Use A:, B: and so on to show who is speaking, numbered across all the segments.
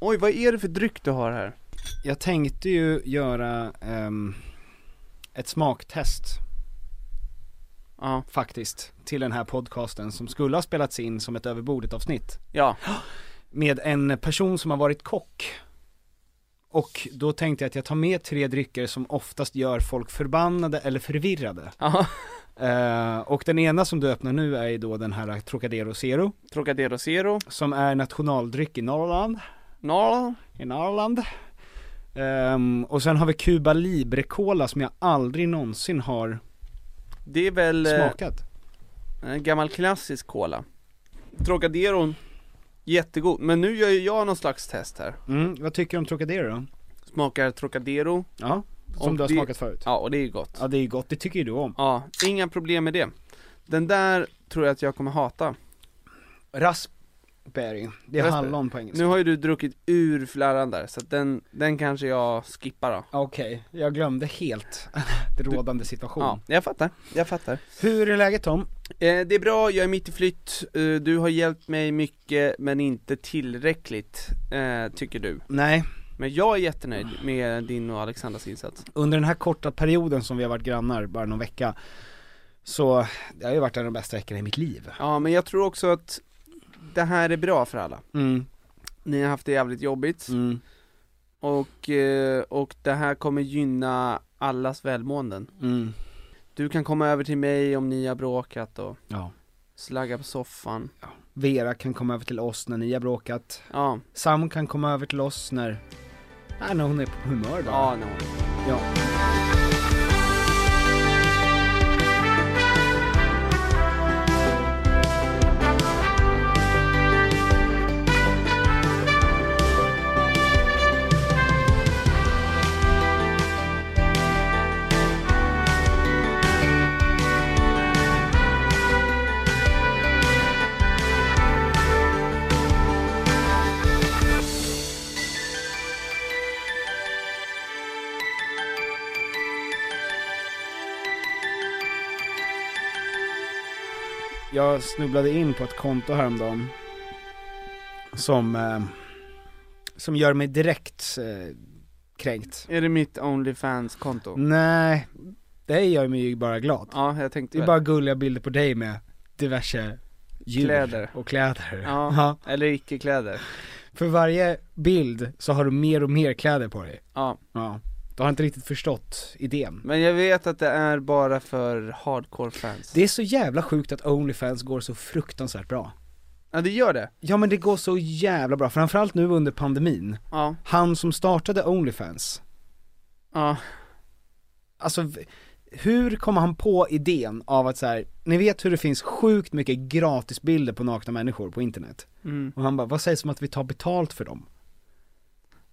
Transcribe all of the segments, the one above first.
A: Oj, vad är det för dryck du har här?
B: Jag tänkte ju göra ehm, ett smaktest
A: Ja,
B: faktiskt till den här podcasten som skulle ha spelats in som ett överbordet avsnitt
A: ja,
B: med en person som har varit kock. Och då tänkte jag att jag tar med tre drycker som oftast gör folk förbannade eller förvirrade.
A: ja.
B: Eh, och den ena som du öppnar nu är ju då den här Trocadero Zero
A: Trocadero Zero,
B: som är nationaldryck i Norrland.
A: Norl,
B: I Norrland. Ehm, och sen har vi Cuba Libre Cola som jag aldrig någonsin har
A: det är väl eh,
B: smakat.
A: en gammal klassisk cola Trocaderon, jättegod, men nu gör ju jag någon slags test här
B: Mm, vad tycker du om Trocadero då?
A: Smakar Trocadero,
B: Ja, som
A: Om
B: du har
A: det-
B: smakat förut.
A: ja och det är ju gott
B: Ja det är ju gott, det tycker ju du om.
A: Ja, inga problem med det Den där tror jag att jag kommer hata
B: Raspberry, det är
A: Raspberry.
B: hallon på engelska.
A: Nu har ju du druckit ur fläran där, så att den, den kanske jag skippar då
B: Okej, jag glömde helt det rådande situation.
A: Ja, jag fattar, jag fattar
B: Hur är läget Tom?
A: Eh, det är bra, jag är mitt i flytt, eh, du har hjälpt mig mycket men inte tillräckligt, eh, tycker du.
B: Nej,
A: Men jag är jättenöjd
B: Ah.
A: med din och Alexandras insats.
B: under den här korta perioden som vi har varit grannar, bara någon vecka, så det har ju varit en av de bästa veckorna i mitt liv.
A: Ja, men jag tror också att det här är bra för alla.
B: Mm,
A: Ni har haft det jävligt jobbigt
B: mm,
A: och, eh, och det här kommer gynna allas välmåenden.
B: mm.
A: Du kan komma över till mig om ni har bråkat och
B: Ja.
A: slagga på soffan.
B: Vera kan komma över till oss när ni har bråkat.
A: Ja,
B: Sam kan komma över till oss när, nej, när hon är på humör bara.
A: ja, no.
B: Ja. Jag snubblade in på ett konto häromdagen som, eh, som gör mig direkt eh, kränkt.
A: Är det mitt
B: Mm.
A: Onlyfans-konto?
B: Nej, det gör mig ju bara glad.
A: Ja, jag tänkte
B: Det är
A: väl.
B: bara gulliga bilder på dig med diverse djur
A: Kläder.
B: och kläder.
A: Ja. Eller icke-kläder.
B: För varje bild så har du mer och mer kläder på dig.
A: Ja.
B: Ja. Du har inte riktigt förstått idén.
A: Men jag vet att det är bara för hardcore fans
B: Det är så jävla sjukt att Onlyfans går så fruktansvärt bra.
A: Ja det gör det,
B: Ja men det går så jävla bra, framförallt nu under pandemin.
A: ja,
B: Han som startade Onlyfans,
A: ja,
B: alltså v- hur kom han på idén av att så här, ni vet hur det finns sjukt mycket gratisbilder på nakna människor på internet?
A: mm.
B: Och han bara, vad sägs om att vi tar betalt för dem?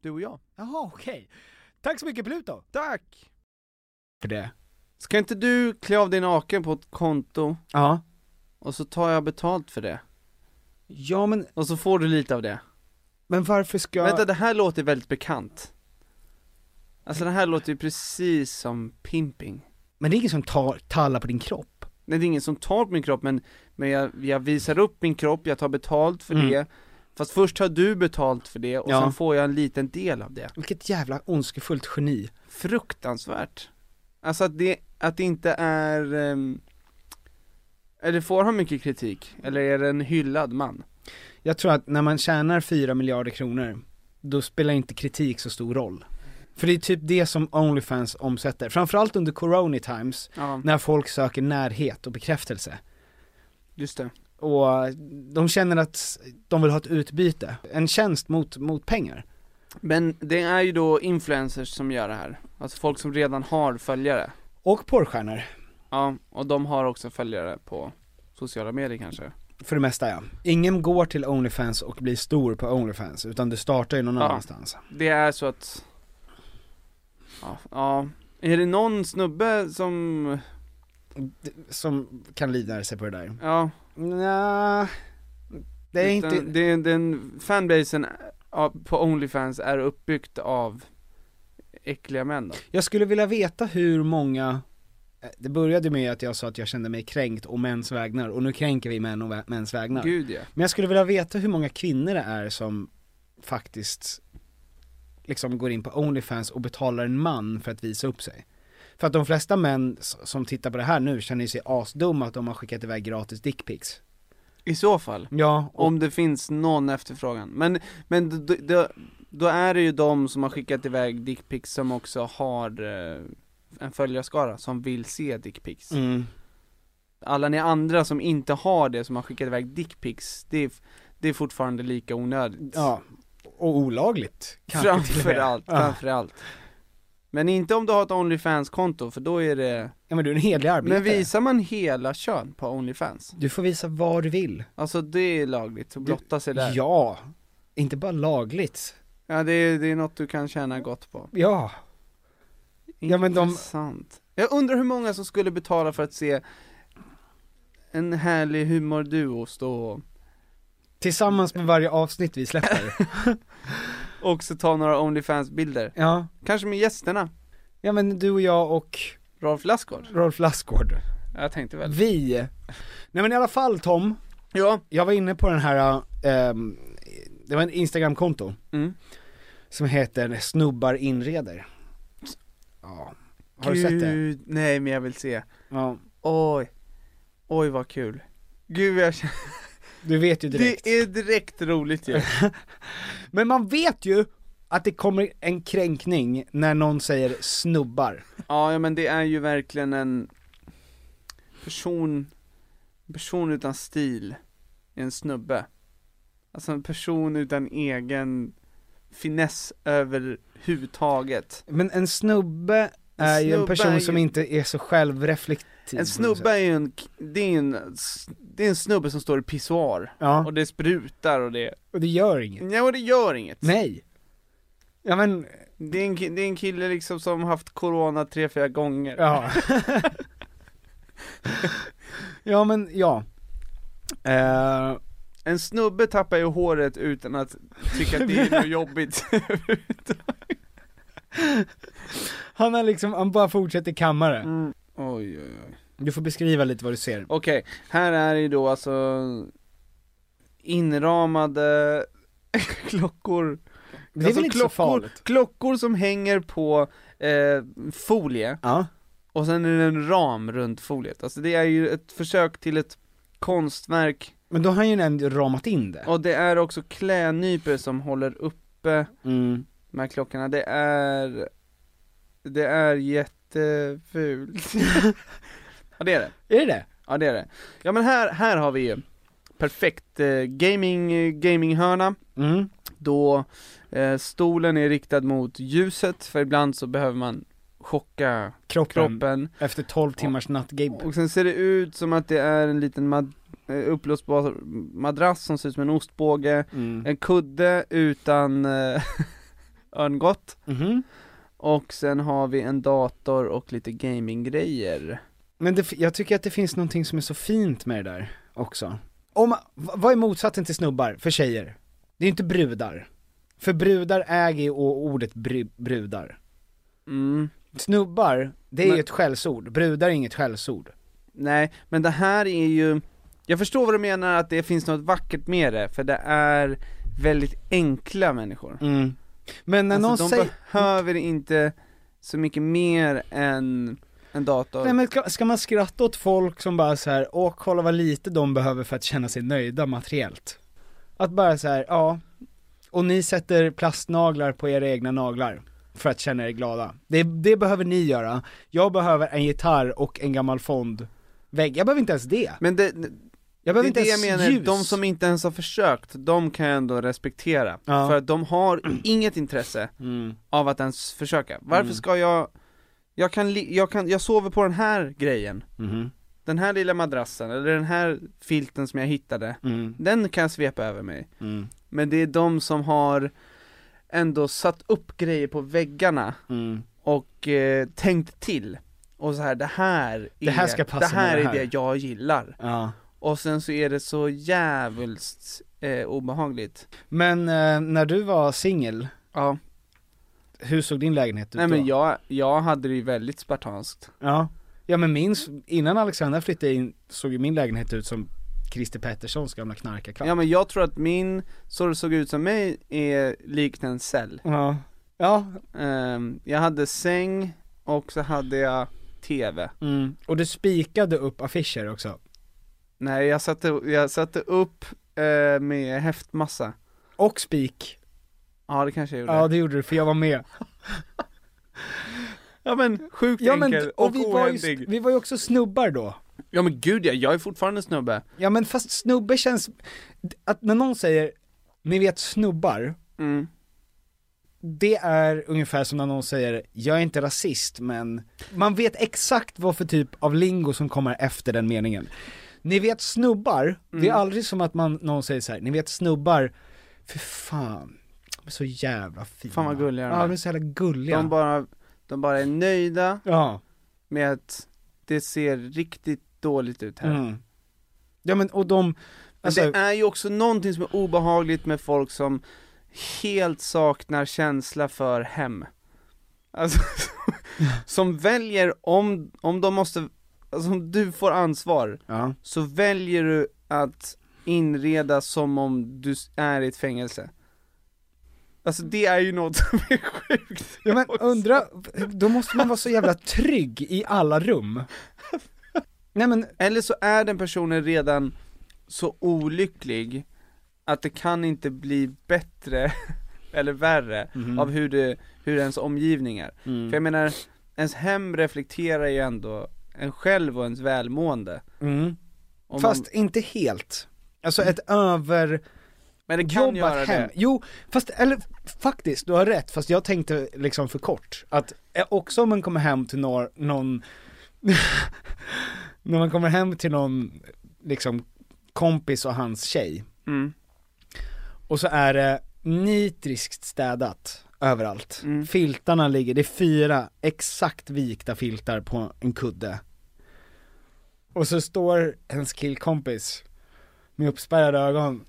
A: Du och jag.
B: Jaha, okej. Tack så mycket Pluto!
A: Tack!
B: För det.
A: Ska inte du klä av dig naken på ett konto,
B: Ja.
A: och så tar jag betalt för det?
B: Ja men,
A: Och så får du lite av det.
B: men varför ska...
A: Vänta, det här låter väldigt bekant. Alltså det här låter ju precis som pimping.
B: Men det är ingen som tar, tallar på din kropp.
A: Nej, det är ingen som tar på min kropp men, men jag, jag visar upp min kropp, jag tar betalt för
B: Mm.
A: det Fast först tar du betalt för det och
B: Ja.
A: sen får jag en liten del av det
B: Vilket jävla ondskefullt geni.
A: Fruktansvärt Alltså att det, att det inte är ehm, Eller får han mycket kritik? Eller är det en hyllad man?
B: Jag tror att när man tjänar 4 miljarder kronor, då spelar inte kritik så stor roll. För det är typ det som Onlyfans omsätter, framförallt under corona times,
A: Ja,
B: när folk söker närhet och bekräftelse.
A: just det
B: Och de känner att de vill ha ett utbyte, en tjänst mot, mot pengar.
A: Men det är ju då influencers som gör det här Alltså folk som redan har följare
B: Och porrstjärnor,
A: Ja, och de har också följare på sociala medier kanske
B: för det mesta ja. Ingen går till Onlyfans och blir stor på Onlyfans, utan du startar ju någon
A: Ja.
B: annanstans.
A: Det är så att ja, ja, är det någon snubbe som,
B: Som kan livnära sig på det där.
A: ja,
B: Nja, det är
A: utan
B: inte...
A: det, den fanbasen ja, på Onlyfans är uppbyggt av äckliga män då?
B: Jag skulle vilja veta hur många eh, det började med att jag sa att jag kände mig kränkt å mäns vägnar och nu kränker vi män och vä- mäns vägnar.
A: Gud ja.
B: Men jag skulle vilja veta hur många kvinnor det är som faktiskt liksom går in på Onlyfans och betalar en man för att visa upp sig. För att de flesta män s- som tittar på det här nu känner ju sig asdumma att de har skickat iväg gratis dickpics.
A: I så fall,
B: Ja, och,
A: om det finns någon efterfrågan. Men, men d- d- då, då är det ju de som har skickat iväg dickpics som också har eh, en följarskara som vill se dickpics.
B: mm,
A: alla ni andra som inte har det, som har skickat iväg dickpics, det är, det är fortfarande lika onödigt.
B: ja, och olagligt. kanske till och med.
A: framförallt,
B: Ja.
A: framförallt. Men inte om du har ett Onlyfans-konto, för då är det...
B: ja men du är en hederlig arbetare.
A: Men visar man hela kön på Onlyfans?
B: Du får visa vad du vill.
A: Alltså det är lagligt, att blotta sig där. Ja,
B: Ja, inte bara lagligt.
A: det, är, det är något du kan tjäna gott på.
B: Ja, Ja, men de-
A: Intressant. Jag undrar hur många som skulle betala för att se en härlig humorduo stå och
B: tillsammans med varje avsnitt vi släpper.
A: också ta några Onlyfans-bilder.
B: ja.
A: Kanske med gästerna,
B: ja, men du och jag och
A: Rolf Lassgård.
B: Rolf Lassgård.
A: Jag tänkte väl.
B: Vi. Nej men i alla fall Tom,
A: Ja.
B: jag var inne på den här, ehm, det var en Instagram-konto
A: Mm.
B: som heter snubbar inreder. Ja. Har du sett det?
A: Gud, nej men jag vill se.
B: Ja.
A: Oj. Oj vad kul. Gud jag känner,
B: Du vet ju direkt.
A: det är direkt roligt ju.
B: Men man vet ju att det kommer en kränkning när någon säger snubbar.
A: ja, ja men det är ju verkligen en person, en person utan stil, är en snubbe. Alltså en person utan egen finess överhuvudtaget.
B: Men en snubbe
A: En
B: är ju en
A: snubbe
B: person
A: är ju-
B: som inte är så självreflektiv.
A: En snubbe är ju en, det är en, det är en snubbe som står i pissoar.
B: Ja,
A: Och det sprutar och det,
B: och det gör inget.
A: nej och det gör inget.
B: Nej. Ja men,
A: Det är, en, ki- det är en kille liksom som har haft corona tre, fyra gånger.
B: ja. ja men, ja. Eh,
A: En snubbe tappar ju håret utan att tycka att det är något jobbigt.
B: Han har liksom, han bara fortsätter kammare.
A: Oj, oj, oj.
B: Du får beskriva lite vad du ser.
A: Okej, här är ju då alltså inramade klockor.
B: Det är
A: alltså
B: väl inte
A: klockor,
B: så farligt?
A: Klockor som hänger på eh, folie
B: Ja.
A: och sen är det en ram runt foliet. Alltså det är ju ett försök till ett konstverk
B: Men då har han ju ändå ramat in det.
A: och det är också klädnypor som håller uppe
B: Mm.
A: de här klockorna. Det är, det är jättefult. ja det är det.
B: Är det det?
A: Ja det är det. Ja men här, här har vi ju perfekt eh, gaming, eh, gaminghörna,
B: Mm.
A: då eh, stolen är riktad mot ljuset, för ibland så behöver man chocka
B: Kroppen.
A: kroppen.
B: Efter 12 timmars nattgib.
A: Och sen ser det ut som att det är en liten mad- eh, uppblåsbar madrass som ser ut som en ostbåge,
B: Mm.
A: en kudde utan eh, örngott,
B: Mhm.
A: och sen har vi en dator och lite gaminggrejer.
B: Men det, jag tycker att det finns någonting som är så fint med det där också. Om, v- vad är motsatsen till snubbar för tjejer? Det är ju inte brudar. För brudar äger ju o- ordet bru, brudar.
A: Mm.
B: Snubbar, det är
A: Men-
B: ju ett skällsord. Brudar är inget skällsord.
A: Nej, men det här är ju, jag förstår vad du menar att det finns något vackert med det, för det är väldigt enkla människor.
B: Men Mm. när
A: Mm. alltså,
B: någon
A: de
B: säger...
A: behöver inte så mycket mer än en dator.
B: Nej men ska, ska man skratta åt folk som bara så här, åh kolla vad lite de behöver för att känna sig nöjda materiellt? Att bara så här, ja, och ni sätter plastnaglar på era egna naglar för att känna er glada. Det, det behöver ni göra. Jag behöver en gitarr och en gammal fondvägg. Jag behöver inte ens det.
A: Men det,
B: Jag
A: det
B: behöver
A: är
B: inte
A: det jag
B: ens
A: menar,
B: ljus.
A: de som inte ens har försökt, de kan jag ändå respektera.
B: Ja.
A: För att de har inget intresse
B: Mm.
A: av att ens försöka. Varför ska jag, jag kan, li- jag kan, jag sover på den här grejen,
B: Mhm.
A: den här lilla madrassen, eller den här filten som jag hittade.
B: Mm.
A: Den kan jag svepa över mig.
B: Mm.
A: Men det är de som har ändå satt upp grejer på väggarna
B: Mm.
A: och eh, tänkt till. Och så här, det här är,
B: Det här ska passa
A: det här
B: med det
A: är
B: här.
A: det jag gillar.
B: Ja.
A: Och sen så är det så jävligt eh, obehagligt.
B: Men eh, när du var singel,
A: Ja,
B: hur såg din lägenhet ut
A: nej men
B: då?
A: jag, jag hade det ju väldigt spartanskt.
B: Ja, ja men min, innan Alexandra flyttade in såg ju min lägenhet ut som Christer Petterssons gamla knarkarkvart.
A: Ja men jag tror att min, så det såg ut som mig, är likt en cell.
B: Ja. Ja,
A: Ehm, jag hade säng och så hade jag TV.
B: mm. och du spikade upp affischer också.
A: Nej, jag satte, jag satte upp eh, med häftmassa.
B: Och spik.
A: Ja, det kanske jag gjorde.
B: Ja det gjorde du för jag var med.
A: Ja, men sjukt
B: Ja
A: enkel
B: men,
A: och,
B: och vi var, ju,
A: ohändig.
B: vi var ju också snubbar då.
A: Ja men gud ja, jag är fortfarande snubbe.
B: Ja men fast snubbe känns, att när någon säger, ni vet snubbar,
A: Mm.
B: det är ungefär som när någon säger, jag är inte rasist men, man vet exakt vad för typ av lingo som kommer efter den meningen. Ni vet snubbar, det är
A: Mm.
B: aldrig som att man, någon säger så här, ni vet snubbar, för fan, de är så jävla fina.
A: Fan vad gulliga de
B: Ja
A: är.
B: de är så jävla gulliga.
A: De, bara, de bara är nöjda
B: Ja.
A: med att det ser riktigt dåligt ut här.
B: Mm. Ja men och de,
A: Men
B: alltså,
A: det är ju också någonting som är obehagligt med folk som helt saknar känsla för hem. Alltså, som väljer, om, om de måste, alltså om du får ansvar,
B: ja.
A: så väljer du att inreda som om du s- är i ett fängelse. Alltså det är ju något som är sjukt.
B: ja men undra, då måste man vara så jävla trygg i alla rum. Nej men,
A: Eller så är den personen redan så olycklig att det kan inte bli bättre eller värre
B: Mhm.
A: av hur, det, hur ens omgivning är.
B: Mm.
A: För jag menar, ens hem reflekterar ju ändå en själv och ens välmående.
B: mm.
A: Om
B: Fast
A: man,
B: inte helt. Alltså ett över,
A: men det kan
B: jobbat
A: göra
B: hem.
A: det.
B: Jo, fast eller faktiskt, du har rätt, fast jag tänkte liksom för kort. Att eh, också om man kommer hem till någon, någon när man kommer hem till någon liksom kompis och hans tjej.
A: Mm.
B: Och så är det nitriskt städat överallt.
A: Mm.
B: Filtarna ligger, det är fyra exakt vikta filtar på en kudde. Och så står ens killkompis med uppspärrade ögon,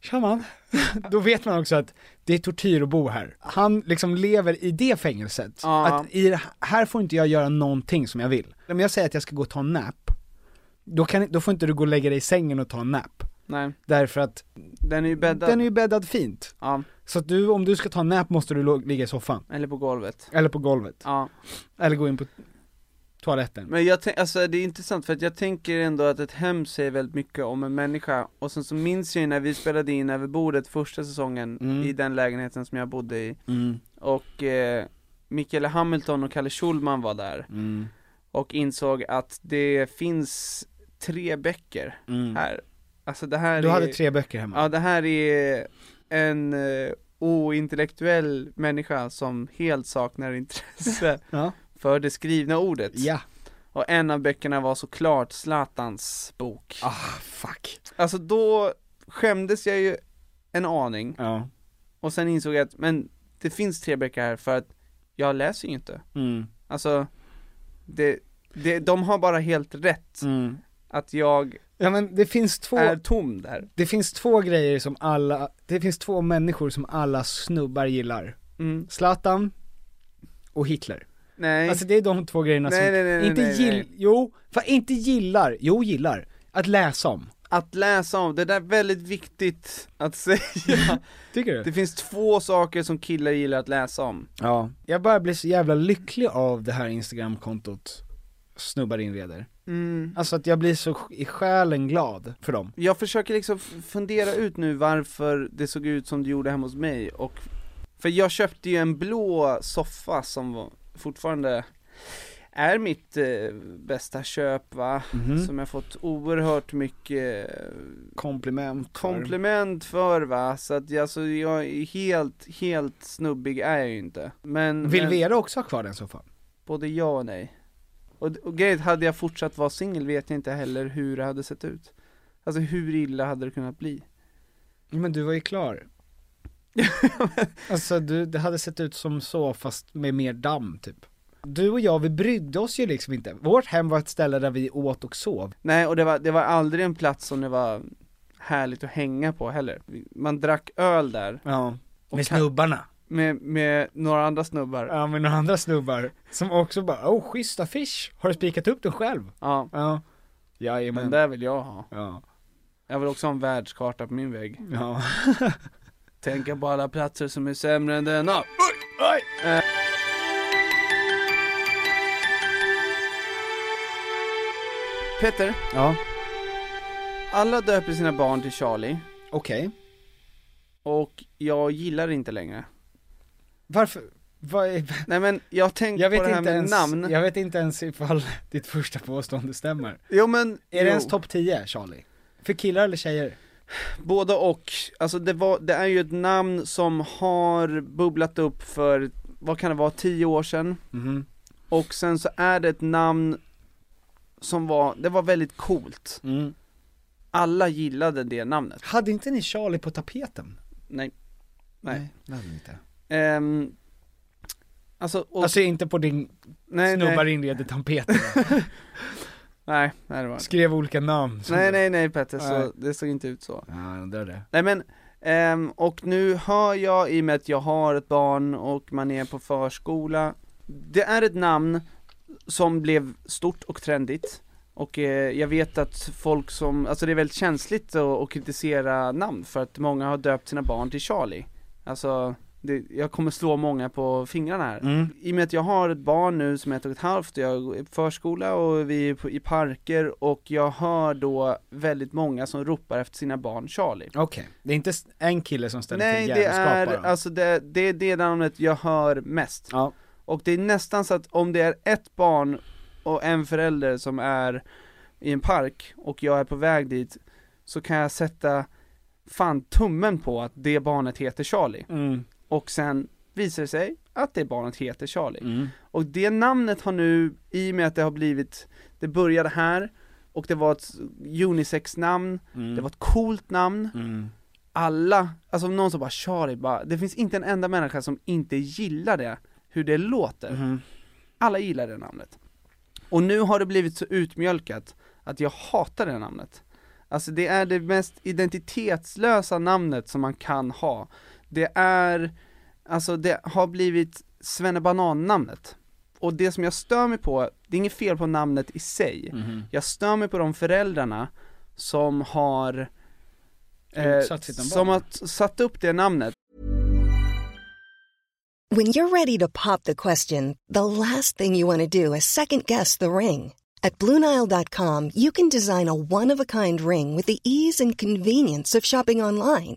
B: shaman, då vet man också att det är tortyr att bo här. Han liksom lever i det fängelset.
A: Ja.
B: Att i det här- här får inte jag göra någonting som jag vill. Om jag säger att jag ska gå och ta en nap, då, kan, då får inte du gå och lägga dig i sängen och ta en nap.
A: Nej,
B: Därför att
A: den är ju bäddad.
B: den är ju bäddad fint.
A: Ja,
B: Så att du, om du ska ta en nap måste du lo- ligga i soffan.
A: eller på golvet.
B: Eller på golvet.
A: Ja,
B: Eller gå in på toaletten.
A: men jag tänk, alltså det är intressant för att jag tänker ändå att ett hem säger väldigt mycket om en människa och sen så minns jag ju när vi spelade in över bordet första säsongen
B: Mm.
A: i den lägenheten som jag bodde i
B: Mm,
A: och eh, Mikaela Hamilton och Kalle Schulman var där
B: mm,
A: och insåg att det finns tre böcker
B: mm.
A: här. Alltså det här
B: Du
A: är...
B: hade tre böcker hemma.
A: Ja, det här är en eh, ointellektuell människa som helt saknar intresse
B: Ja.
A: för det skrivna ordet.
B: Ja.
A: Och en av böckerna var såklart Zlatans bok.
B: Ah, fuck.
A: Alltså då skämdes jag ju en aning
B: Ja.
A: och sen insåg jag att, men det finns tre böcker här för att jag läser ju inte.
B: Mm,
A: Alltså, det, det, de har bara helt rätt
B: mm.
A: att jag
B: Ja men det finns två,
A: är tom där.
B: det finns två grejer som alla, det finns två människor som alla snubbar gillar.
A: Mm.
B: Zlatan och Hitler.
A: Nej,
B: Alltså det är de två grejerna
A: Nej,
B: som,
A: nej, nej, nej,
B: inte
A: nej,
B: gill,
A: nej.
B: jo, för inte gillar, jo gillar, att läsa om.
A: att läsa om, det där är väldigt viktigt att säga.
B: Tycker du?
A: Det finns två saker som killar gillar att läsa om.
B: Ja. Jag börjar bli så jävla lycklig av det här instagramkontot snubbar inreder. Alltså att jag blir så sj- i själen glad för dem.
A: Jag försöker liksom f- fundera ut nu varför det såg ut som det gjorde hemma hos mig och För jag köpte ju en blå soffa som var, fortfarande är mitt eh, bästa köp va,
B: Mhm.
A: som jag fått oerhört mycket
B: Kompliment.
A: komplement för va, så att jag, alltså, jag är helt, helt snubbig är jag ju inte Men,
B: Vill
A: men
B: Vera också ha kvar den soffan?
A: både ja och nej Och, och grejen är, hade jag fortsatt vara singel vet jag inte heller hur det hade sett ut Alltså hur illa hade det kunnat bli?
B: Men du var ju klar. Alltså du, det hade sett ut som så fast med mer damm typ. Du och jag vi brydde oss ju liksom inte. Vårt hem var ett ställe där vi åt och sov.
A: Nej, och det var, det var aldrig en plats som det var härligt att hänga på heller. Man drack öl där
B: Ja.
A: Och
B: med
A: ka-
B: snubbarna.
A: med, med några andra snubbar. Ja.
B: Ja med några andra snubbar. Som också bara, oh schysst affisch. Har du spikat upp den själv? Ja.
A: Den
B: Jajamän.
A: där vill jag ha.
B: Ja.
A: Jag vill också ha en världskarta på min vägg.
B: Ja.
A: Tänka på alla platser som är sämre än denna. Eh.
B: Oj!
A: Peter,
B: Ja.
A: alla döper sina barn till Charlie
B: Okej.
A: och jag gillar det inte längre.
B: Varför? Vad är...
A: Nej men jag har tänkt
B: Jag
A: på
B: vet,
A: det här
B: inte
A: med
B: ens,
A: namn.
B: jag vet inte ens ifall ditt första påstående stämmer.
A: Jo men,
B: Är det
A: jo.
B: ens topp 10 Charlie? För killar eller tjejer?
A: Både och, alltså det, var, det är ju ett namn som har bubblat upp för, vad kan det vara, tio år sedan?
B: Mhm.
A: Och sen så är det ett namn som var, det var väldigt coolt.
B: Mm.
A: Alla gillade det namnet.
B: Hade inte ni Charlie på tapeten?
A: Nej. Nej.
B: det hade ni inte.
A: Ehm, alltså, och,
B: Alltså inte på din
A: nej,
B: snubbar
A: nej,
B: inreder tapeten.
A: nej, nej det var det.
B: Skrev olika namn. som-
A: Nej, nej, nej Petter,
B: Nej.
A: så, det såg inte ut så.
B: Ja, jag undrar det.
A: Nej men, ehm, och nu hör jag, i och med att jag har ett barn och man är på förskola, det är ett namn som blev stort och trendigt, och eh, jag vet att folk som, alltså det är väldigt känsligt att, att kritisera namn, för att många har döpt sina barn till Charlie. Alltså, det, jag kommer slå många på fingrarna här.
B: Mm.
A: I och med att jag har ett barn nu som är ett och ett halvt, och jag är på förskola och vi är på, i parker och jag hör då väldigt många som ropar efter sina barn Charlie.
B: Okej, det är inte s- en kille som ställer
A: Nej
B: till
A: det är,
B: jävelskap bara.
A: alltså det, det är det namnet jag hör mest.
B: Ja.
A: Och det är nästan så att om det är ett barn och en förälder som är i en park och jag är på väg dit, så kan jag sätta fan tummen på att det barnet heter Charlie.
B: Mm.
A: Och sen visar det sig att det barnet heter Charlie.
B: Mm.
A: Och det namnet har nu, i och med att det har blivit, det började här, och det var ett unisex-namn,
B: Mm.
A: det var ett coolt namn,
B: Mm.
A: alla, alltså om någon som bara Charlie bara, det finns inte en enda människa som inte gillar det, hur det låter.
B: Mhm.
A: Alla gillar det namnet. Och nu har det blivit så utmjölkat att jag hatar det namnet. Alltså det är det mest identitetslösa namnet som man kan ha. Det är, alltså det har blivit svennebanan-namnet. Och det som jag stör mig på, det är inget fel på namnet i sig.
B: Mhm.
A: Jag stör mig på de föräldrarna som har eh,
B: Utsatt sitt barn.
A: som har t- satt upp det namnet
C: When you're ready to pop the question, the last thing you want to do is second guess the ring. At Bluenile.com, you can design a one of a kind ring with the ease and convenience of shopping online.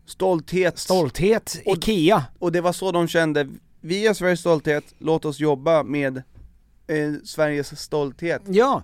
A: Stolthet.
B: stolthet, IKEA.
A: Och det var så de kände, vi är Sveriges stolthet, låt oss jobba med eh, Sveriges stolthet,
B: Ja,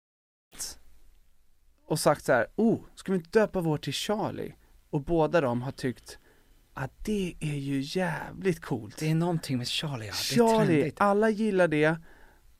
A: Och sagt så här, oh, ska vi inte döpa vår till Charlie? Och båda de har tyckt, att det är ju jävligt coolt.
B: är någonting med Charlie, ja.
A: Charlie, alla gillar det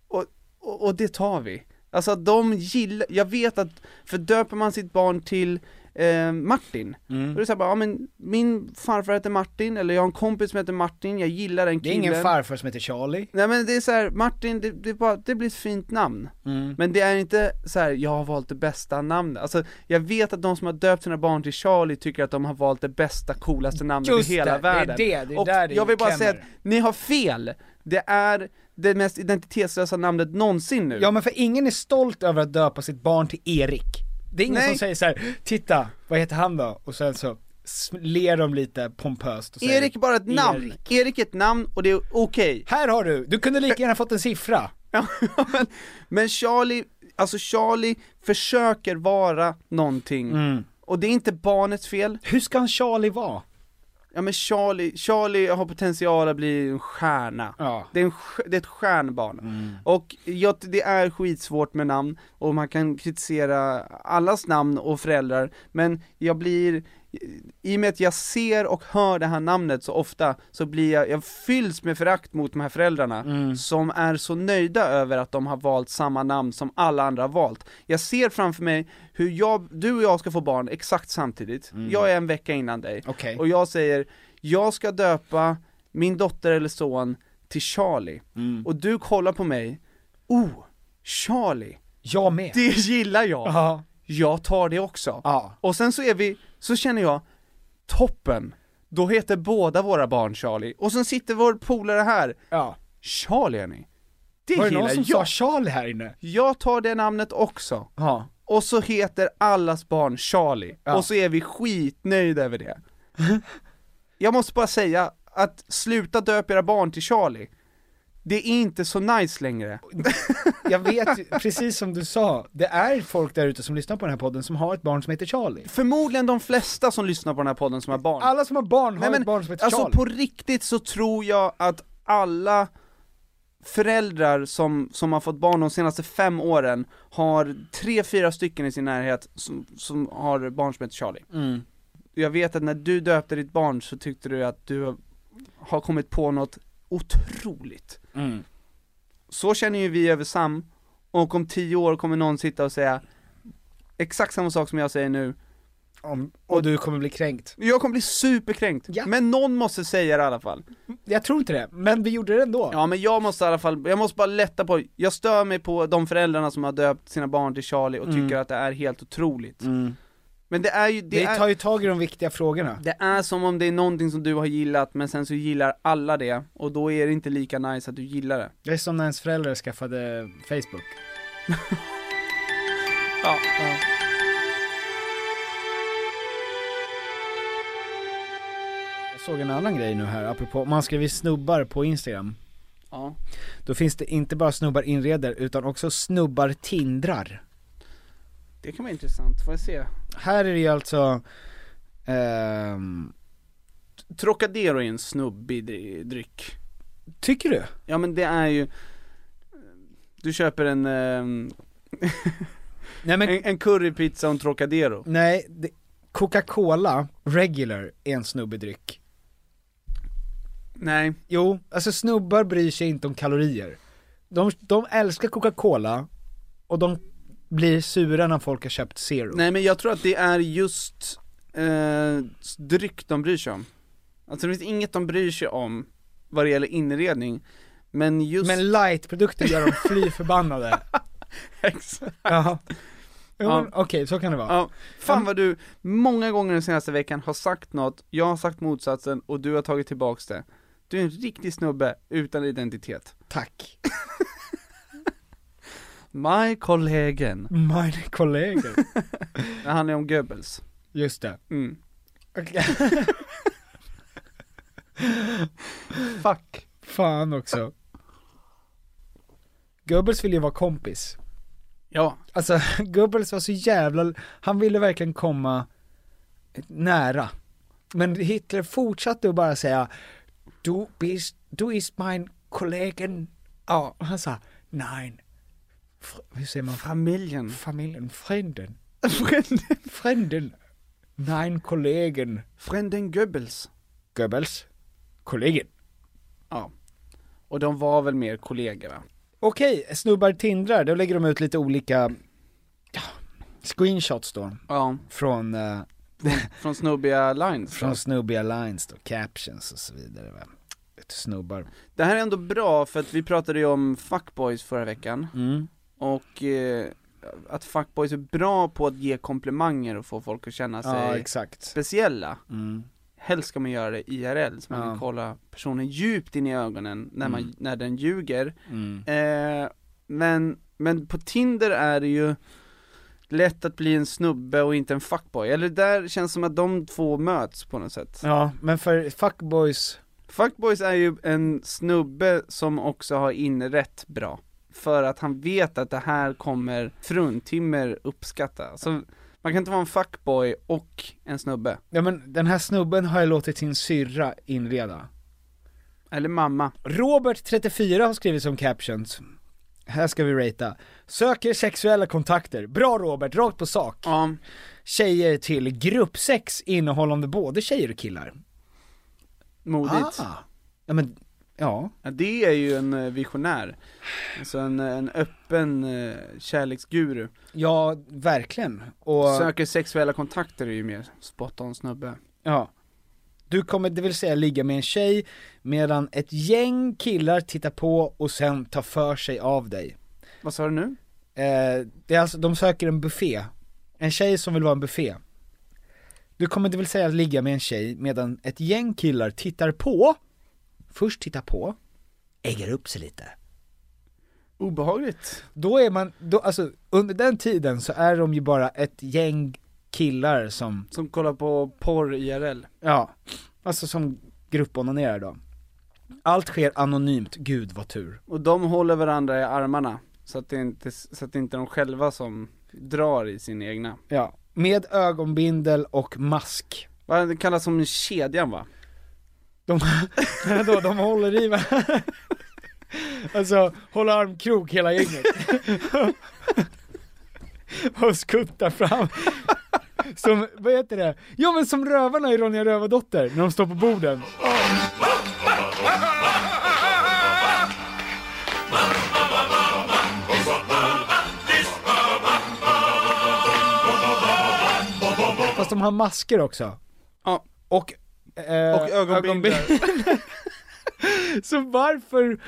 A: och, och, och det tar vi. Alltså att de gillar, jag vet att, för döper man sitt barn till eh, Martin,
B: Mm.
A: då är det så här bara, ja men min farfar heter Martin, eller jag har en kompis som heter Martin, jag gillar den killen.
B: farfar som heter Charlie.
A: Nej men det är så här, Martin, det, det, är bara, det blir ett fint namn.
B: Mm.
A: Men det är inte så här, jag har valt det bästa namnet. Alltså jag vet att de som har döpt sina barn till Charlie tycker att de har valt det bästa, coolaste namnet
B: Just
A: i hela
B: det, det är
A: världen.
B: det, det är
A: Och
B: där det
A: jag vill bara
B: klämmer.
A: säga att ni har fel! Det är det mest identitetslösa namnet någonsin nu.
B: Ja men för ingen är stolt över att döpa sitt barn till Erik. Det är ingen
A: Nej.
B: som säger så här: titta, vad heter han då? Och sen så sm- ler de lite pompöst och säger
A: Erik är bara ett namn. Erik, är ett namn och det är okej.
B: Här har du, du kunde lika gärna fått en siffra.
A: Ja, men, men Charlie, alltså Charlie försöker vara någonting.
B: Mm.
A: Och det är inte barnets fel,
B: Hur ska en Charlie vara?
A: Ja men Charlie, Charlie har potential att bli en stjärna.
B: Ja.
A: Det, är en, stj- det är ett stjärnbarn. Och jag, det är skitsvårt med namn, och man kan kritisera allas namn och föräldrar, men jag blir, i och med att jag ser och hör det här namnet så ofta, så blir jag, jag fylls med förakt mot de här föräldrarna, som är så nöjda över att de har valt samma namn som alla andra har valt. Jag ser framför mig hur jag, du och jag ska få barn exakt samtidigt, jag är en vecka innan dig,
B: Okej.
A: och jag säger, jag ska döpa min dotter eller son till Charlie,
B: Mm.
A: och du kollar på mig, oh, Charlie,
B: Jag med.
A: det gillar jag,
B: Ja.
A: jag tar det också.
B: Ja.
A: Och sen så är vi, så känner jag, toppen, då heter båda våra barn Charlie, och sen sitter vår polare här,
B: ja.
A: Charlie är ni. Det
B: Var det
A: gillar
B: någon som sa
A: jag.
B: Charlie här inne?
A: Jag tar det namnet också.
B: Ja.
A: Och så heter allas barn Charlie,
B: Ja.
A: och så är vi skitnöjda över det. Jag måste bara säga att sluta döpa era barn till Charlie. Det är inte så nice längre.
B: Jag vet, ju- precis som du sa, det är folk där ute som lyssnar på den här podden som har ett barn som heter Charlie.
A: Förmodligen de flesta som lyssnar på den här podden som har barn.
B: Alla som har barn har ett barn som heter
A: alltså
B: Charlie.
A: på riktigt så tror jag att alla föräldrar som, som har fått barn de senaste fem åren har tre, fyra stycken i sin närhet som, som har barn som heter Charlie. Jag vet att när du döpte ditt barn så tyckte du att du har kommit på något otroligt. Så känner ju vi över Sam, och om tio år kommer någon sitta och säga exakt samma sak som jag säger nu,
B: Om, och du kommer bli kränkt.
A: jag kommer bli superkränkt,
B: Ja.
A: men någon måste säga det i alla fall.
B: Jag tror inte det, men vi gjorde det ändå.
A: Ja men jag måste i alla fall, jag måste bara lätta på, jag stör mig på de föräldrarna som har döpt sina barn till Charlie och
B: Mm.
A: tycker att det är helt otroligt. Men det är ju, det,
B: det
A: är,
B: tar ju tag i de viktiga frågorna.
A: det är som om det är någonting som du har gillat men sen så gillar alla det, och då är det inte lika nice att du gillar det.
B: Det är som när ens föräldrar skaffade Facebook.
A: Ja.
B: Jag såg en annan grej nu här, apropå, man skriver snubbar på Instagram.
A: ja.
B: Då finns det inte bara snubbar inreder, utan också snubbar tindrar.
A: Det kan vara intressant, får jag se.
B: Här är det ju alltså, ehm,
A: Trocadero är en snubbig dry- dryck.
B: tycker du?
A: Ja men det är ju, du köper en, ehm,
B: Nej men,
A: en, en currypizza och en Trocadero.
B: nej, det, Coca-Cola regular är en snubbedryck.
A: Nej,
B: Jo, alltså snubbar bryr sig inte om kalorier. De, de älskar Coca-Cola och de blir sura när folk har köpt Zero.
A: Nej men jag tror att det är just eh, dryck de bryr sig om. Alltså det finns inget de bryr sig om vad det gäller inredning, men just...
B: Men light-produkter gör dem fly förbannade. ja. Jo,
A: Ja.
B: men Okej, så kan det vara.
A: ja, fan vad du, många gånger den senaste veckan har sagt något, jag har sagt motsatsen och du har tagit tillbaks det. Du är en riktig snubbe utan identitet.
B: Tack.
A: My kollegen,
B: Mina kollegor.
A: det handlar om Goebbels.
B: Just det.
A: Mm.
B: Okej.
A: Fuck.
B: Fan också. Goebbels ville ju vara kompis.
A: Ja,
B: Alltså Goebbels var så jävla, han ville verkligen komma nära. Men Hitler fortsatte att bara säga Du bist, du ist mein Kollegen. Ja, han sa nein. Fr- Hur säger man?
A: familjen.
B: Familjen, frenden. Frenden. Nein, Kollegen.
A: Fränden Goebbels.
B: Goebbels. Kollegen.
A: Ja. Och de var väl mer kollegor va?
B: Okej, snubbar tindrar, då lägger de ut lite olika ja, screenshots då.
A: Ja,
B: Från eh,
A: från snubbiga lines.
B: Från snubbiga lines då, captions och så vidare va. Ett snubbar.
A: Det här är ändå bra för att vi pratade ju om fuckboys förra veckan
B: Mm.
A: och eh, att fuckboys är bra på att ge komplimanger och få folk att känna
B: Ja,
A: sig
B: exakt.
A: speciella.
B: Mm,
A: Helst ska man göra det IRL, så man kan kolla personen djupt in i ögonen när, man, när den ljuger.
B: mm.
A: Eh, men, men på Tinder är det ju lätt att bli en snubbe och inte en fuckboy, eller där känns som att de två möts på något sätt.
B: Ja, men för fuckboys,
A: Fuckboys är ju en snubbe som också har inrett bra. För att han vet att det här kommer fruntimmer uppskatta. Så man kan inte vara en fuckboy och en snubbe.
B: ja men den här snubben har jag låtit sin syrra inreda.
A: Eller mamma.
B: Robert 34 har skrivit som captions. Här ska vi ratea. Söker sexuella kontakter. Bra Robert, rakt på sak.
A: Ja,
B: Tjejer till gruppsex innehållande både tjejer och killar. Ah.
A: modigt.
B: Ja men, ja.
A: Ja, det är ju en eh, visionär. Alltså en, en öppen eh, kärleksguru.
B: Ja, verkligen. Och,
A: Söker sexuella kontakter är ju mer spot on snubbe.
B: ja. Du kommer det vill säga ligga med en tjej medan ett gäng killar tittar på och sen tar för sig av dig.
A: Vad sa du nu?
B: Eh, det är alltså, de söker en buffé. En tjej som vill vara en buffé. Du kommer det vill säga ligga med en tjej medan ett gäng killar tittar på, först tittar på, äggar upp sig lite.
A: Obehagligt.
B: Då är man, då, alltså under den tiden så är de ju bara ett gäng killar som,
A: Som kollar på porr IRL.
B: ja, alltså som gruppanonerar då. Allt sker anonymt, gud vad tur.
A: Och de håller varandra i armarna. Så att det inte, så att det inte är de själva som drar i sin egna.
B: Ja. Med ögonbindel och mask.
A: Vad det kallas som en kedjan va?
B: De, då, de håller i varandra. Alltså, håller armkrok hela gänget. Och skuttar fram. Som, vad heter det? Ja men som rövarna i Ronja Rövardotter, när de står på borden. Fast de har masker också.
A: Ja.
B: Och, eh,
A: Och ögonbindlar.
B: Så varför,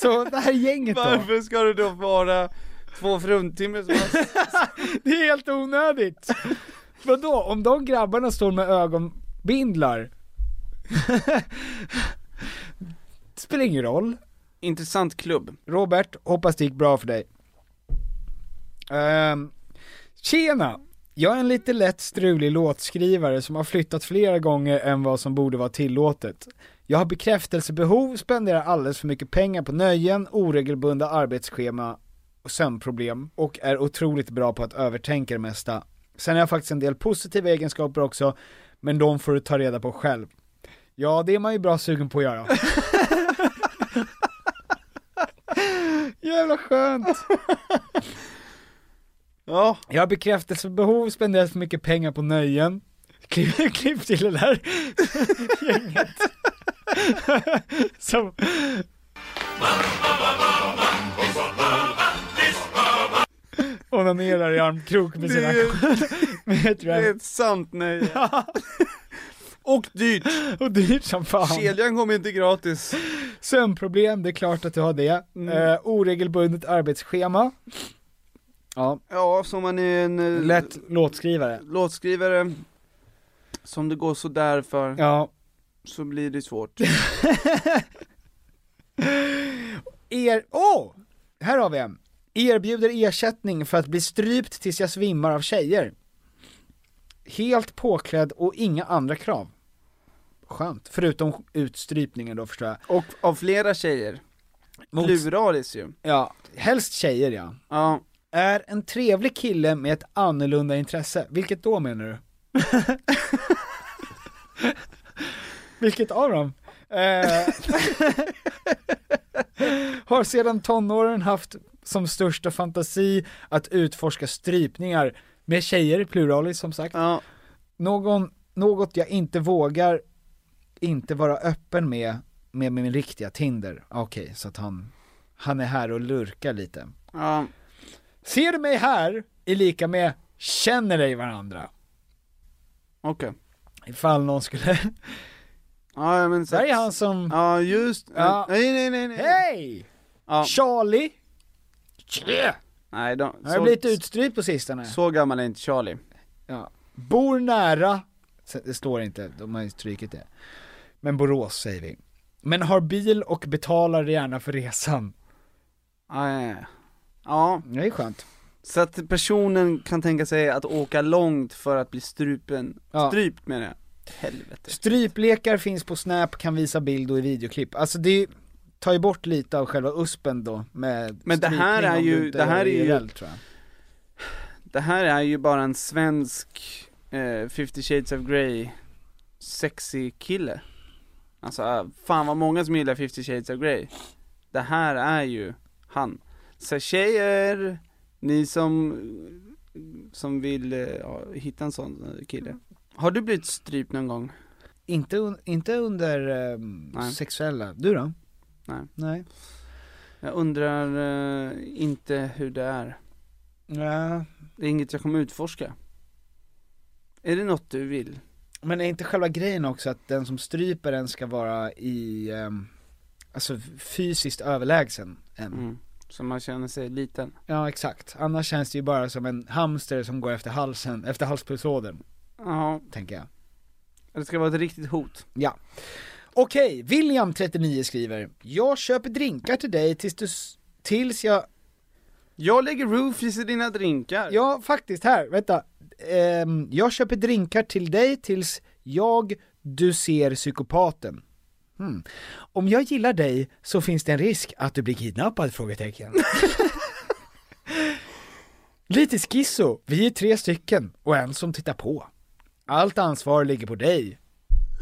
B: så det här gänget då,
A: Varför ska det då vara två fruntimmer som har
B: det är helt onödigt. Vadå, om de grabbarna står med ögonbindlar, spelar ingen roll.
A: Intressant klubb.
B: Robert, hoppas det gick bra för dig. Um, tjena! Jag är en lite lätt strulig låtskrivare som har flyttat flera gånger än vad som borde vara tillåtet. Jag har bekräftelsebehov, spenderar alldeles för mycket pengar på nöjen, oregelbundna arbetsschema och sömnproblem och är otroligt bra på att övertänka det mesta. Sen har jag faktiskt en del positiva egenskaper också, men de får du ta reda på själv. Ja, det är man ju bra sugen på att göra. Jävla skönt!
A: Ja.
B: Jag har bekräftelsebehov, spenderar för mycket pengar på nöjen. Klipp, klipp till det där gänget. Som, onanerar i armkrok med
A: Det
B: sina
A: är,
B: med ett
A: det är
B: rap.
A: ett sant nej. Och dyrt.
B: Och dyrt som fan.
A: Kedjan kommer inte gratis.
B: Sömnproblem, det är klart att du har det.
A: Mm.
B: Eh, oregelbundet arbetsschema. Ja,
A: Ja, som man är en eh,
B: lätt låtskrivare.
A: låtskrivare som det går sådär för,
B: Ja,
A: så blir det svårt.
B: Er... Åh! Oh! Här har vi en. Erbjuder ersättning för att bli strypt tills jag svimmar av tjejer. Helt påklädd och inga andra krav. Skönt. Förutom utstrypningen då förstår jag.
A: Och av flera tjejer.
B: Mot-
A: Pluralis ju.
B: Ja, helst tjejer ja.
A: Ja.
B: Är en trevlig kille med ett annorlunda intresse. Vilket då menar du? Vilket av dem? Eh, har sedan tonåren haft som största fantasi att utforska strypningar med tjejer i pluralis som sagt.
A: Ja.
B: Någon, något jag inte vågar inte vara öppen med, med min riktiga Tinder. Okej, så att han, han är här och lurkar lite.
A: ja.
B: Ser du mig här är lika med känner dig varandra.
A: Okej.
B: Ifall någon skulle...
A: Ja, men så...
B: Där är han som...
A: Ja, just
B: Ja.
A: Nej, nej, nej, nej.
B: Hej!
A: Ja.
B: Charlie! Tjena!
A: Nej, de...
B: Han har blivit utstrypt på sistone.
A: Så gammal är inte Charlie.
B: Ja. Bor nära, Så det står inte, de har ju strykit det. Men Borås säger vi. Men har bil och betalar gärna för resan.
A: Ja, ja, ja. ja,
B: Det är skönt.
A: så att personen kan tänka sig att åka långt för att bli strupen,
B: Ja.
A: strypt menar jag. Helvete.
B: Stryplekar finns på Snap, kan visa bild och i videoklipp. Alltså det tar ju bort lite av själva uspen då med
A: Men det här
B: strypning
A: är
B: om du
A: ju-
B: inte
A: det här
B: gör
A: är ju-
B: IRL, tror jag.
A: Det här är ju bara en svensk eh, 50 shades of grey sexy kille. Alltså eh, fan vad många som gillar 50 shades of grey. Det här är ju han. Så tjejer, ni som, som vill eh, ja, hitta en sån eh, kille. Har du blivit strypt någon gång?
B: Inte, un, inte under ehm,
A: Nej.
B: sexuella, du då?
A: Nej.
B: Nej.
A: Jag undrar eh, inte hur det är.
B: Ja.
A: Det är inget jag kommer utforska. Är det något du vill?
B: Men är inte själva grejen också att den som stryper en ska vara i, ehm, alltså fysiskt överlägsen en?
A: Mm. Så man känner sig liten.
B: Ja exakt, annars känns det ju bara som en hamster som går efter halsen, efter halspulsådern,
A: Ja,
B: tänker jag.
A: det ska vara ett riktigt hot.
B: Ja. Okej, William 39 skriver, jag köper drinkar till dig tills du, s- tills jag,
A: Jag lägger roofies i dina drinkar.
B: ja faktiskt här, vänta. Ehm, jag köper drinkar till dig tills jag, du ser psykopaten. Hmm. Om jag gillar dig så finns det en risk att du blir kidnappad? Frågetecken. Lite skisso, vi är tre stycken och en som tittar på. Allt ansvar ligger på dig.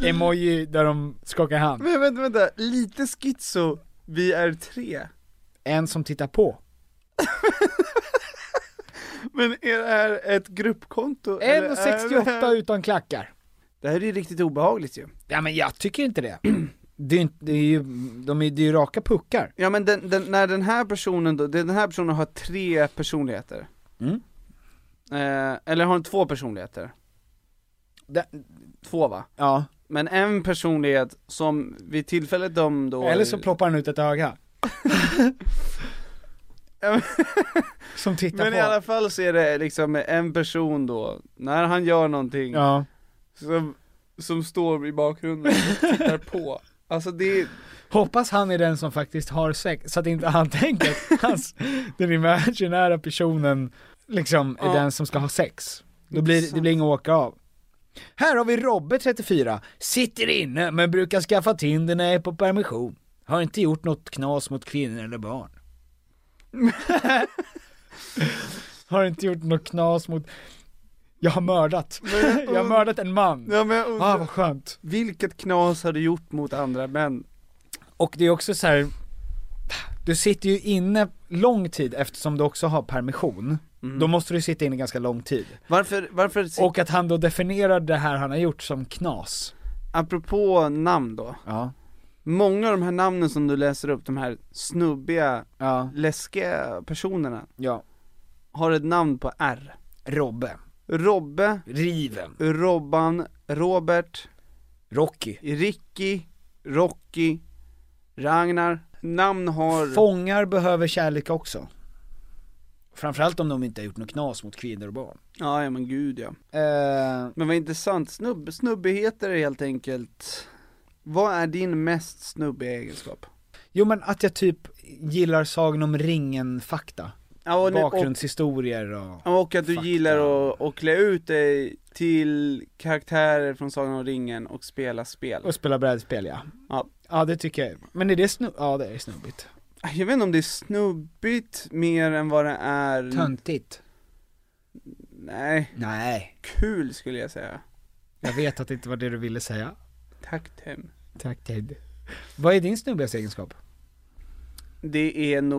B: Emoji där de skakar hand.
A: Men vänta, vänta, lite schizo, vi är tre.
B: En som tittar på.
A: Men är det här ett gruppkonto? eller är det här-
B: 1,68 utan klackar.
A: Det här är ju riktigt obehagligt ju.
B: Ja men jag tycker inte det. Det är, ju inte, det är ju, de är, det är ju raka puckar.
A: Ja men den, den, när den här personen då, den här personen har tre personligheter.
B: Mm.
A: Eh, eller har den två personligheter?
B: Det,
A: Två va?
B: ja.
A: Men en personlighet som vid tillfället de då...
B: Eller så ploppar han ut ett öga. Som tittar
A: Men
B: på.
A: i alla fall så är det liksom en person då, när han gör någonting,
B: Ja.
A: som, som står i bakgrunden och tittar på. Alltså det är,
B: Hoppas han är den som faktiskt har sex, så att inte han tänker att hans, den imaginära personen liksom är
A: Ja.
B: den som ska ha sex. Då blir, det
A: Intressant.
B: blir ingen åka av. Här har vi Robbe 34, sitter inne men brukar skaffa Tinder när jag är på permission. Har inte gjort något knas mot kvinnor eller barn. har inte gjort något knas mot, jag har mördat. jag har mördat en man.
A: ja, men jag undrar,
B: Ah vad skönt.
A: vilket knas har du gjort mot andra män?
B: Och det är också så här. du sitter ju inne lång tid eftersom du också har permission.
A: Mm.
B: Då måste du sitta inne ganska lång tid.
A: Varför, varför,
B: Och att han då definierar det här han har gjort som knas.
A: apropå namn då,
B: Ja.
A: många av de här namnen som du läser upp, de här snubbiga,
B: Ja.
A: läskiga personerna,
B: Ja.
A: har ett namn på R.
B: Robbe.
A: Robbe,
B: Riven.
A: Robban, Robert,
B: Rocky.
A: Ricky, Rocky, Ragnar. Namn har...
B: Fångar behöver kärlek också. Framförallt om de inte har gjort något knas mot kvinnor och barn.
A: Ja, ja men gud ja.
B: Eh,
A: Men vad intressant, Snubb, snubbigheter är helt enkelt, vad är din mest snubbiga egenskap?
B: jo men att jag typ gillar Sagan om ringen-fakta.
A: Ja, och, och,
B: Bakgrundshistorier och...
A: och att du
B: Fakta.
A: gillar att, att klä ut dig till karaktärer från Sagan om ringen och spela spel.
B: Och spela brädspel ja.
A: Ja.
B: Ja det tycker jag. Men är det snu... Ja det är snubbigt.
A: Jag vet inte om det är snubbigt mer än vad det
B: Mm.
A: är...
B: Töntigt.
A: Nej,
B: Nej.
A: kul skulle jag säga.
B: Jag vet att det inte var det du ville säga.
A: Tack Tim.
B: Tack Ted. Vad är din snubbigaste egenskap?
A: Det är nog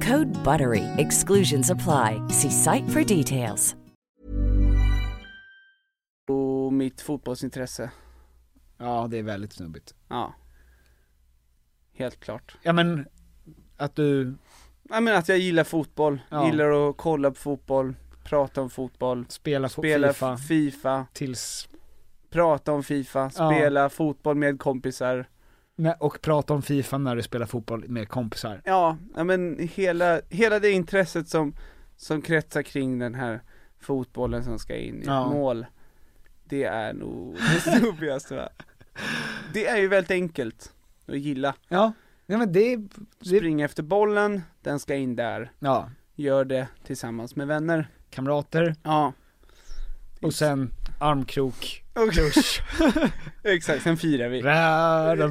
D: Code BUTTERY. Exclusions apply. See site for details.
A: mitt fotbollsintresse.
B: Ja, det är väldigt snubbigt.
A: Ja. Helt klart.
B: Ja men, att du
A: Nej men att jag gillar fotboll,
B: Ja.
A: gillar att kolla på fotboll, prata om fotboll,
B: spelar på
A: spela
B: Fifa
A: FIFA, FIFA
B: tills,
A: prata om FIFA,
B: Ja.
A: spela fotboll med kompisar.
B: nä- och prata om Fifa när du spelar fotboll med kompisar.
A: Ja, ja men hela, hela det intresset som, som kretsar kring den här fotbollen som ska in i
B: Ja.
A: mål. Det är nog det snubbigaste va? Det är ju väldigt enkelt att gilla.
B: Ja, nej men det, det
A: Spring efter bollen, den ska in där.
B: ja,
A: Gör det tillsammans med vänner.
B: kamrater
A: Ja.
B: och sen armkrok.
A: Och Exakt, sen firar vi.
B: Ra, ra, da,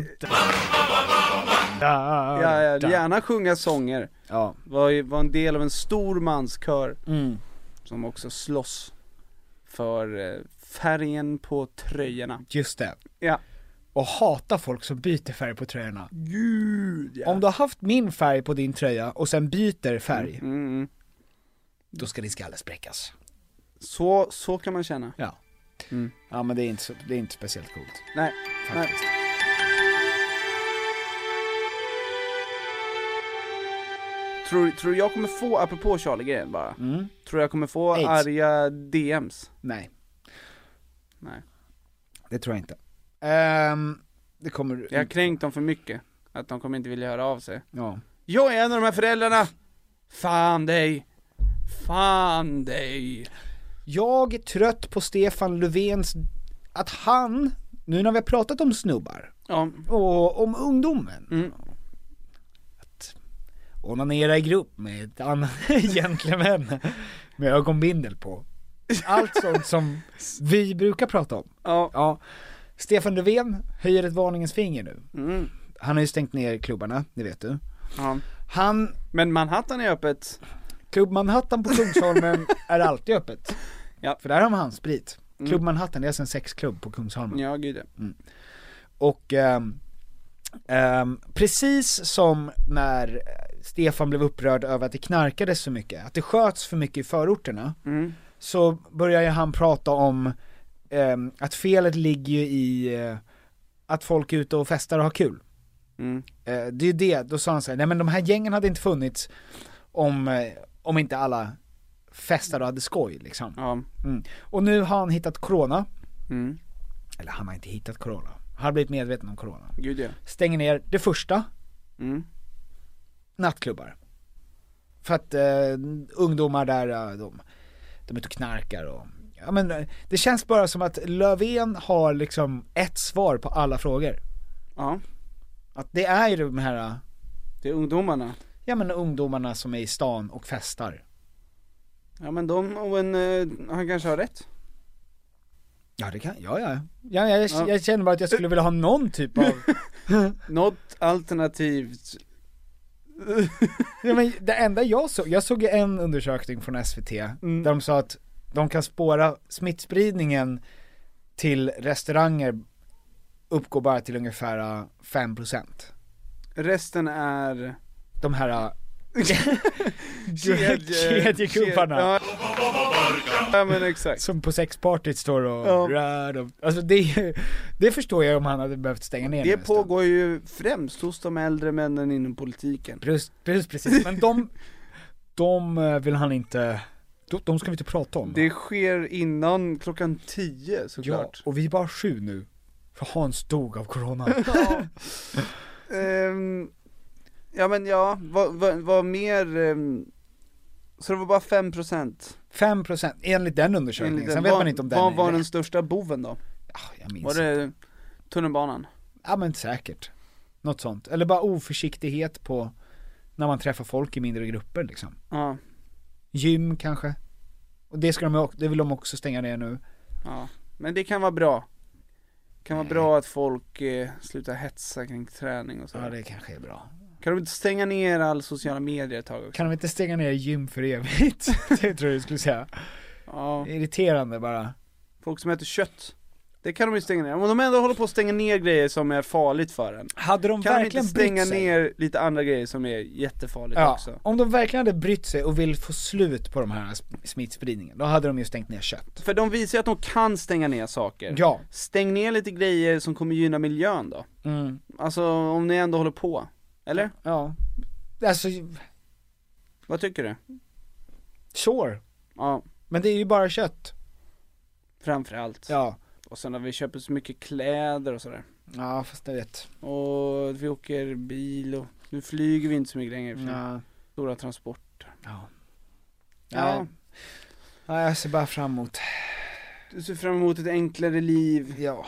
B: da,
A: Ja, ja,
B: da.
A: gärna sjunga sånger.
B: ja.
A: Var, ju- var en del av en stor manskör
B: Mm.
A: som också slåss för eh, färgen på tröjorna.
B: Just det.
A: Ja.
B: Och hata folk som byter färg på tröjorna.
A: Gud ja.
B: Om du har haft min färg på din tröja och sen byter färg,
A: Mm, mm.
B: då ska din skalle spräckas.
A: Så, så kan man känna.
B: Ja.
A: Mm.
B: Ja men det är inte, så- det är inte speciellt coolt.
A: Nej, nej.
B: Faktiskt.
A: Tror, tror jag kommer få, apropå Charlie-grejen bara,
B: Mm.
A: tror jag kommer få
B: Aids.
A: arga DMs?
B: Nej,
A: Nej.
B: det tror jag inte. Ehm, det kommer du
A: Jag har kränkt dem för mycket, att de kommer inte vilja höra av sig.
B: Ja.
A: Jag är en av de här föräldrarna! Fan dig! Fan dig!
B: Jag är trött på Stefan Löfvens, att han, nu när vi har pratat om snubbar
A: Ja,
B: och om ungdomen,
A: Mm.
B: att onanera i grupp med ett annat gentlemän med ögonbindel på. Allt sånt som vi brukar prata om.
A: ja,
B: Ja, Stefan Löfven höjer ett varningens finger nu.
A: mm.
B: Han har ju stängt ner klubbarna, det vet du.
A: ja.
B: Han,
A: Men Manhattan är öppet.
B: Klubb Manhattan på Kungsholmen är alltid öppet.
A: Ja.
B: För där har man handsprit. Klubb
A: Mm.
B: Manhattan, det är alltså en sexklubb på Kungsholmen.
A: Ja, gud ja.
B: Och ehm, ehm, precis som när Stefan blev upprörd över att det knarkades så mycket, att det sköts för mycket i förorterna,
A: Mm.
B: så börjar ju han prata om ehm, att felet ligger ju i eh, att folk är ute och festar och har kul.
A: Mm.
B: Eh, det är ju det, då sa han så här, nej men de här gängen hade inte funnits om, eh, om inte alla festade och hade skoj liksom.
A: Ja.
B: Mm. Och nu har han hittat corona,
A: Mm.
B: eller han har inte hittat corona, han har blivit medveten om corona.
A: Gud ja.
B: Stänger ner det första,
A: Mm.
B: nattklubbar. För att eh, ungdomar där, eh, de, de är ute och knarkar och, ja men eh, det känns bara som att Löfven har liksom ett svar på alla frågor.
A: Ja.
B: Att det är ju de här,
A: Det är ungdomarna.
B: ja men ungdomarna som är i stan och festar.
A: Ja men de och en, eh, han kanske har rätt.
B: Ja det kan, ja ja. ja, jag,
A: Ja.
B: jag känner bara att jag skulle vilja ha någon typ av,
A: Något alternativt.
B: ja, men det enda jag såg, jag såg ju en undersökning från SVT
A: Mm.
B: där de sa att de kan spåra smittspridningen till restauranger uppgår bara till ungefär äh, 5%
A: Resten är...
B: De här äh, kedjegubbarna
A: Ja. ja men exakt.
B: som på sexpartyt står och
A: Ja.
B: rör dem. Alltså det, är ju- det förstår jag om han hade behövt stänga ner
A: Det
B: nu en stund.
A: pågår ju främst hos de äldre männen inom politiken.
B: Precis, precis, precis. men de, de eh, vill han inte, de, de ska vi inte prata om.
A: Det sker innan klockan 10
B: ja,
A: såklart.
B: och vi är bara sju nu, för Hans dog av corona.
A: Ehm, ja men ja, vad, vad, vad mer, ehm, så det var bara 5%
B: 5% enligt den undersökningen,
A: enligt den.
B: sen vet
A: Vad-
B: man inte om den
A: Vad
B: är
A: var den
B: rätt.
A: största boven då?
B: Ah, Jag minns
A: Var det tunnelbanan?
B: Ja men säkert. Något sånt. Eller bara oförsiktighet på när man träffar folk i mindre grupper liksom.
A: Ja,
B: Gym kanske. Och det ska de ju ock- det vill de också stänga ner nu.
A: ja. Men det kan vara bra. Kan vara bra att folk eh, slutar hetsa kring träning och så.
B: Ja det kanske är bra.
A: Kan de inte stänga ner all sociala medier ett tag också?
B: Kan de inte stänga ner gym för evigt? det tror jag du skulle säga.
A: Ja.
B: Irriterande bara.
A: Folk som äter kött. Det kan de ju stänga ner, om de ändå håller på att stänga ner grejer som är farligt för en
B: Hade de
A: Kan de inte
B: verkligen
A: stänga
B: brytt sig?
A: ner lite andra grejer som är jättefarligt
B: Ja,
A: också?
B: om de verkligen hade brytt sig och vill få slut på de här sm- smittspridningen, då hade de ju stängt ner kött.
A: För de visar ju att de kan stänga ner saker
B: Ja.
A: Stäng ner lite grejer som kommer gynna miljön då
B: Mm.
A: Alltså om ni ändå håller på, eller?
B: Ja. Alltså,
A: Vad tycker du?
B: sure.
A: Ja,
B: Men det är ju bara kött.
A: framförallt
B: Ja.
A: Och sen har vi köper så mycket kläder och sådär
B: Ja, fast jag vet.
A: Och vi åker bil och nu flyger vi inte så mycket längre för
B: Mm.
A: stora transporter
B: Ja.
A: Ja,
B: Nej. Nej, jag ser bara fram emot.
A: du ser fram emot ett enklare liv
B: Ja.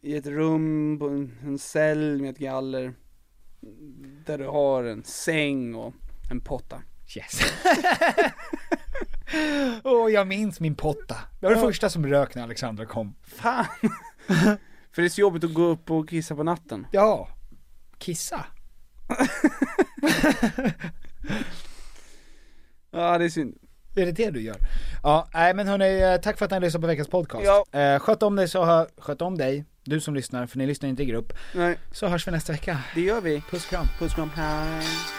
A: i ett rum, på en, en cell med ett galler Där du har en säng och en potta
B: Yes. Åh, jag minns min potta. Det var det första som rök när Alexandra kom.
A: Fan! För det är så jobbigt att gå upp och kissa på natten
B: Ja. Kissa.
A: Ja det är synd
B: Är det det du gör? Ja, nej men hörni, eh, tack för att ni lyssnade på veckans podcast.
A: Ja.
B: Eh, sköt om dig så hör, sköt om dig, du som lyssnar, för ni lyssnar inte i grupp.
A: Nej,
B: Så hörs vi nästa vecka.
A: det gör vi
B: Puss kram.
A: Puss kram, hej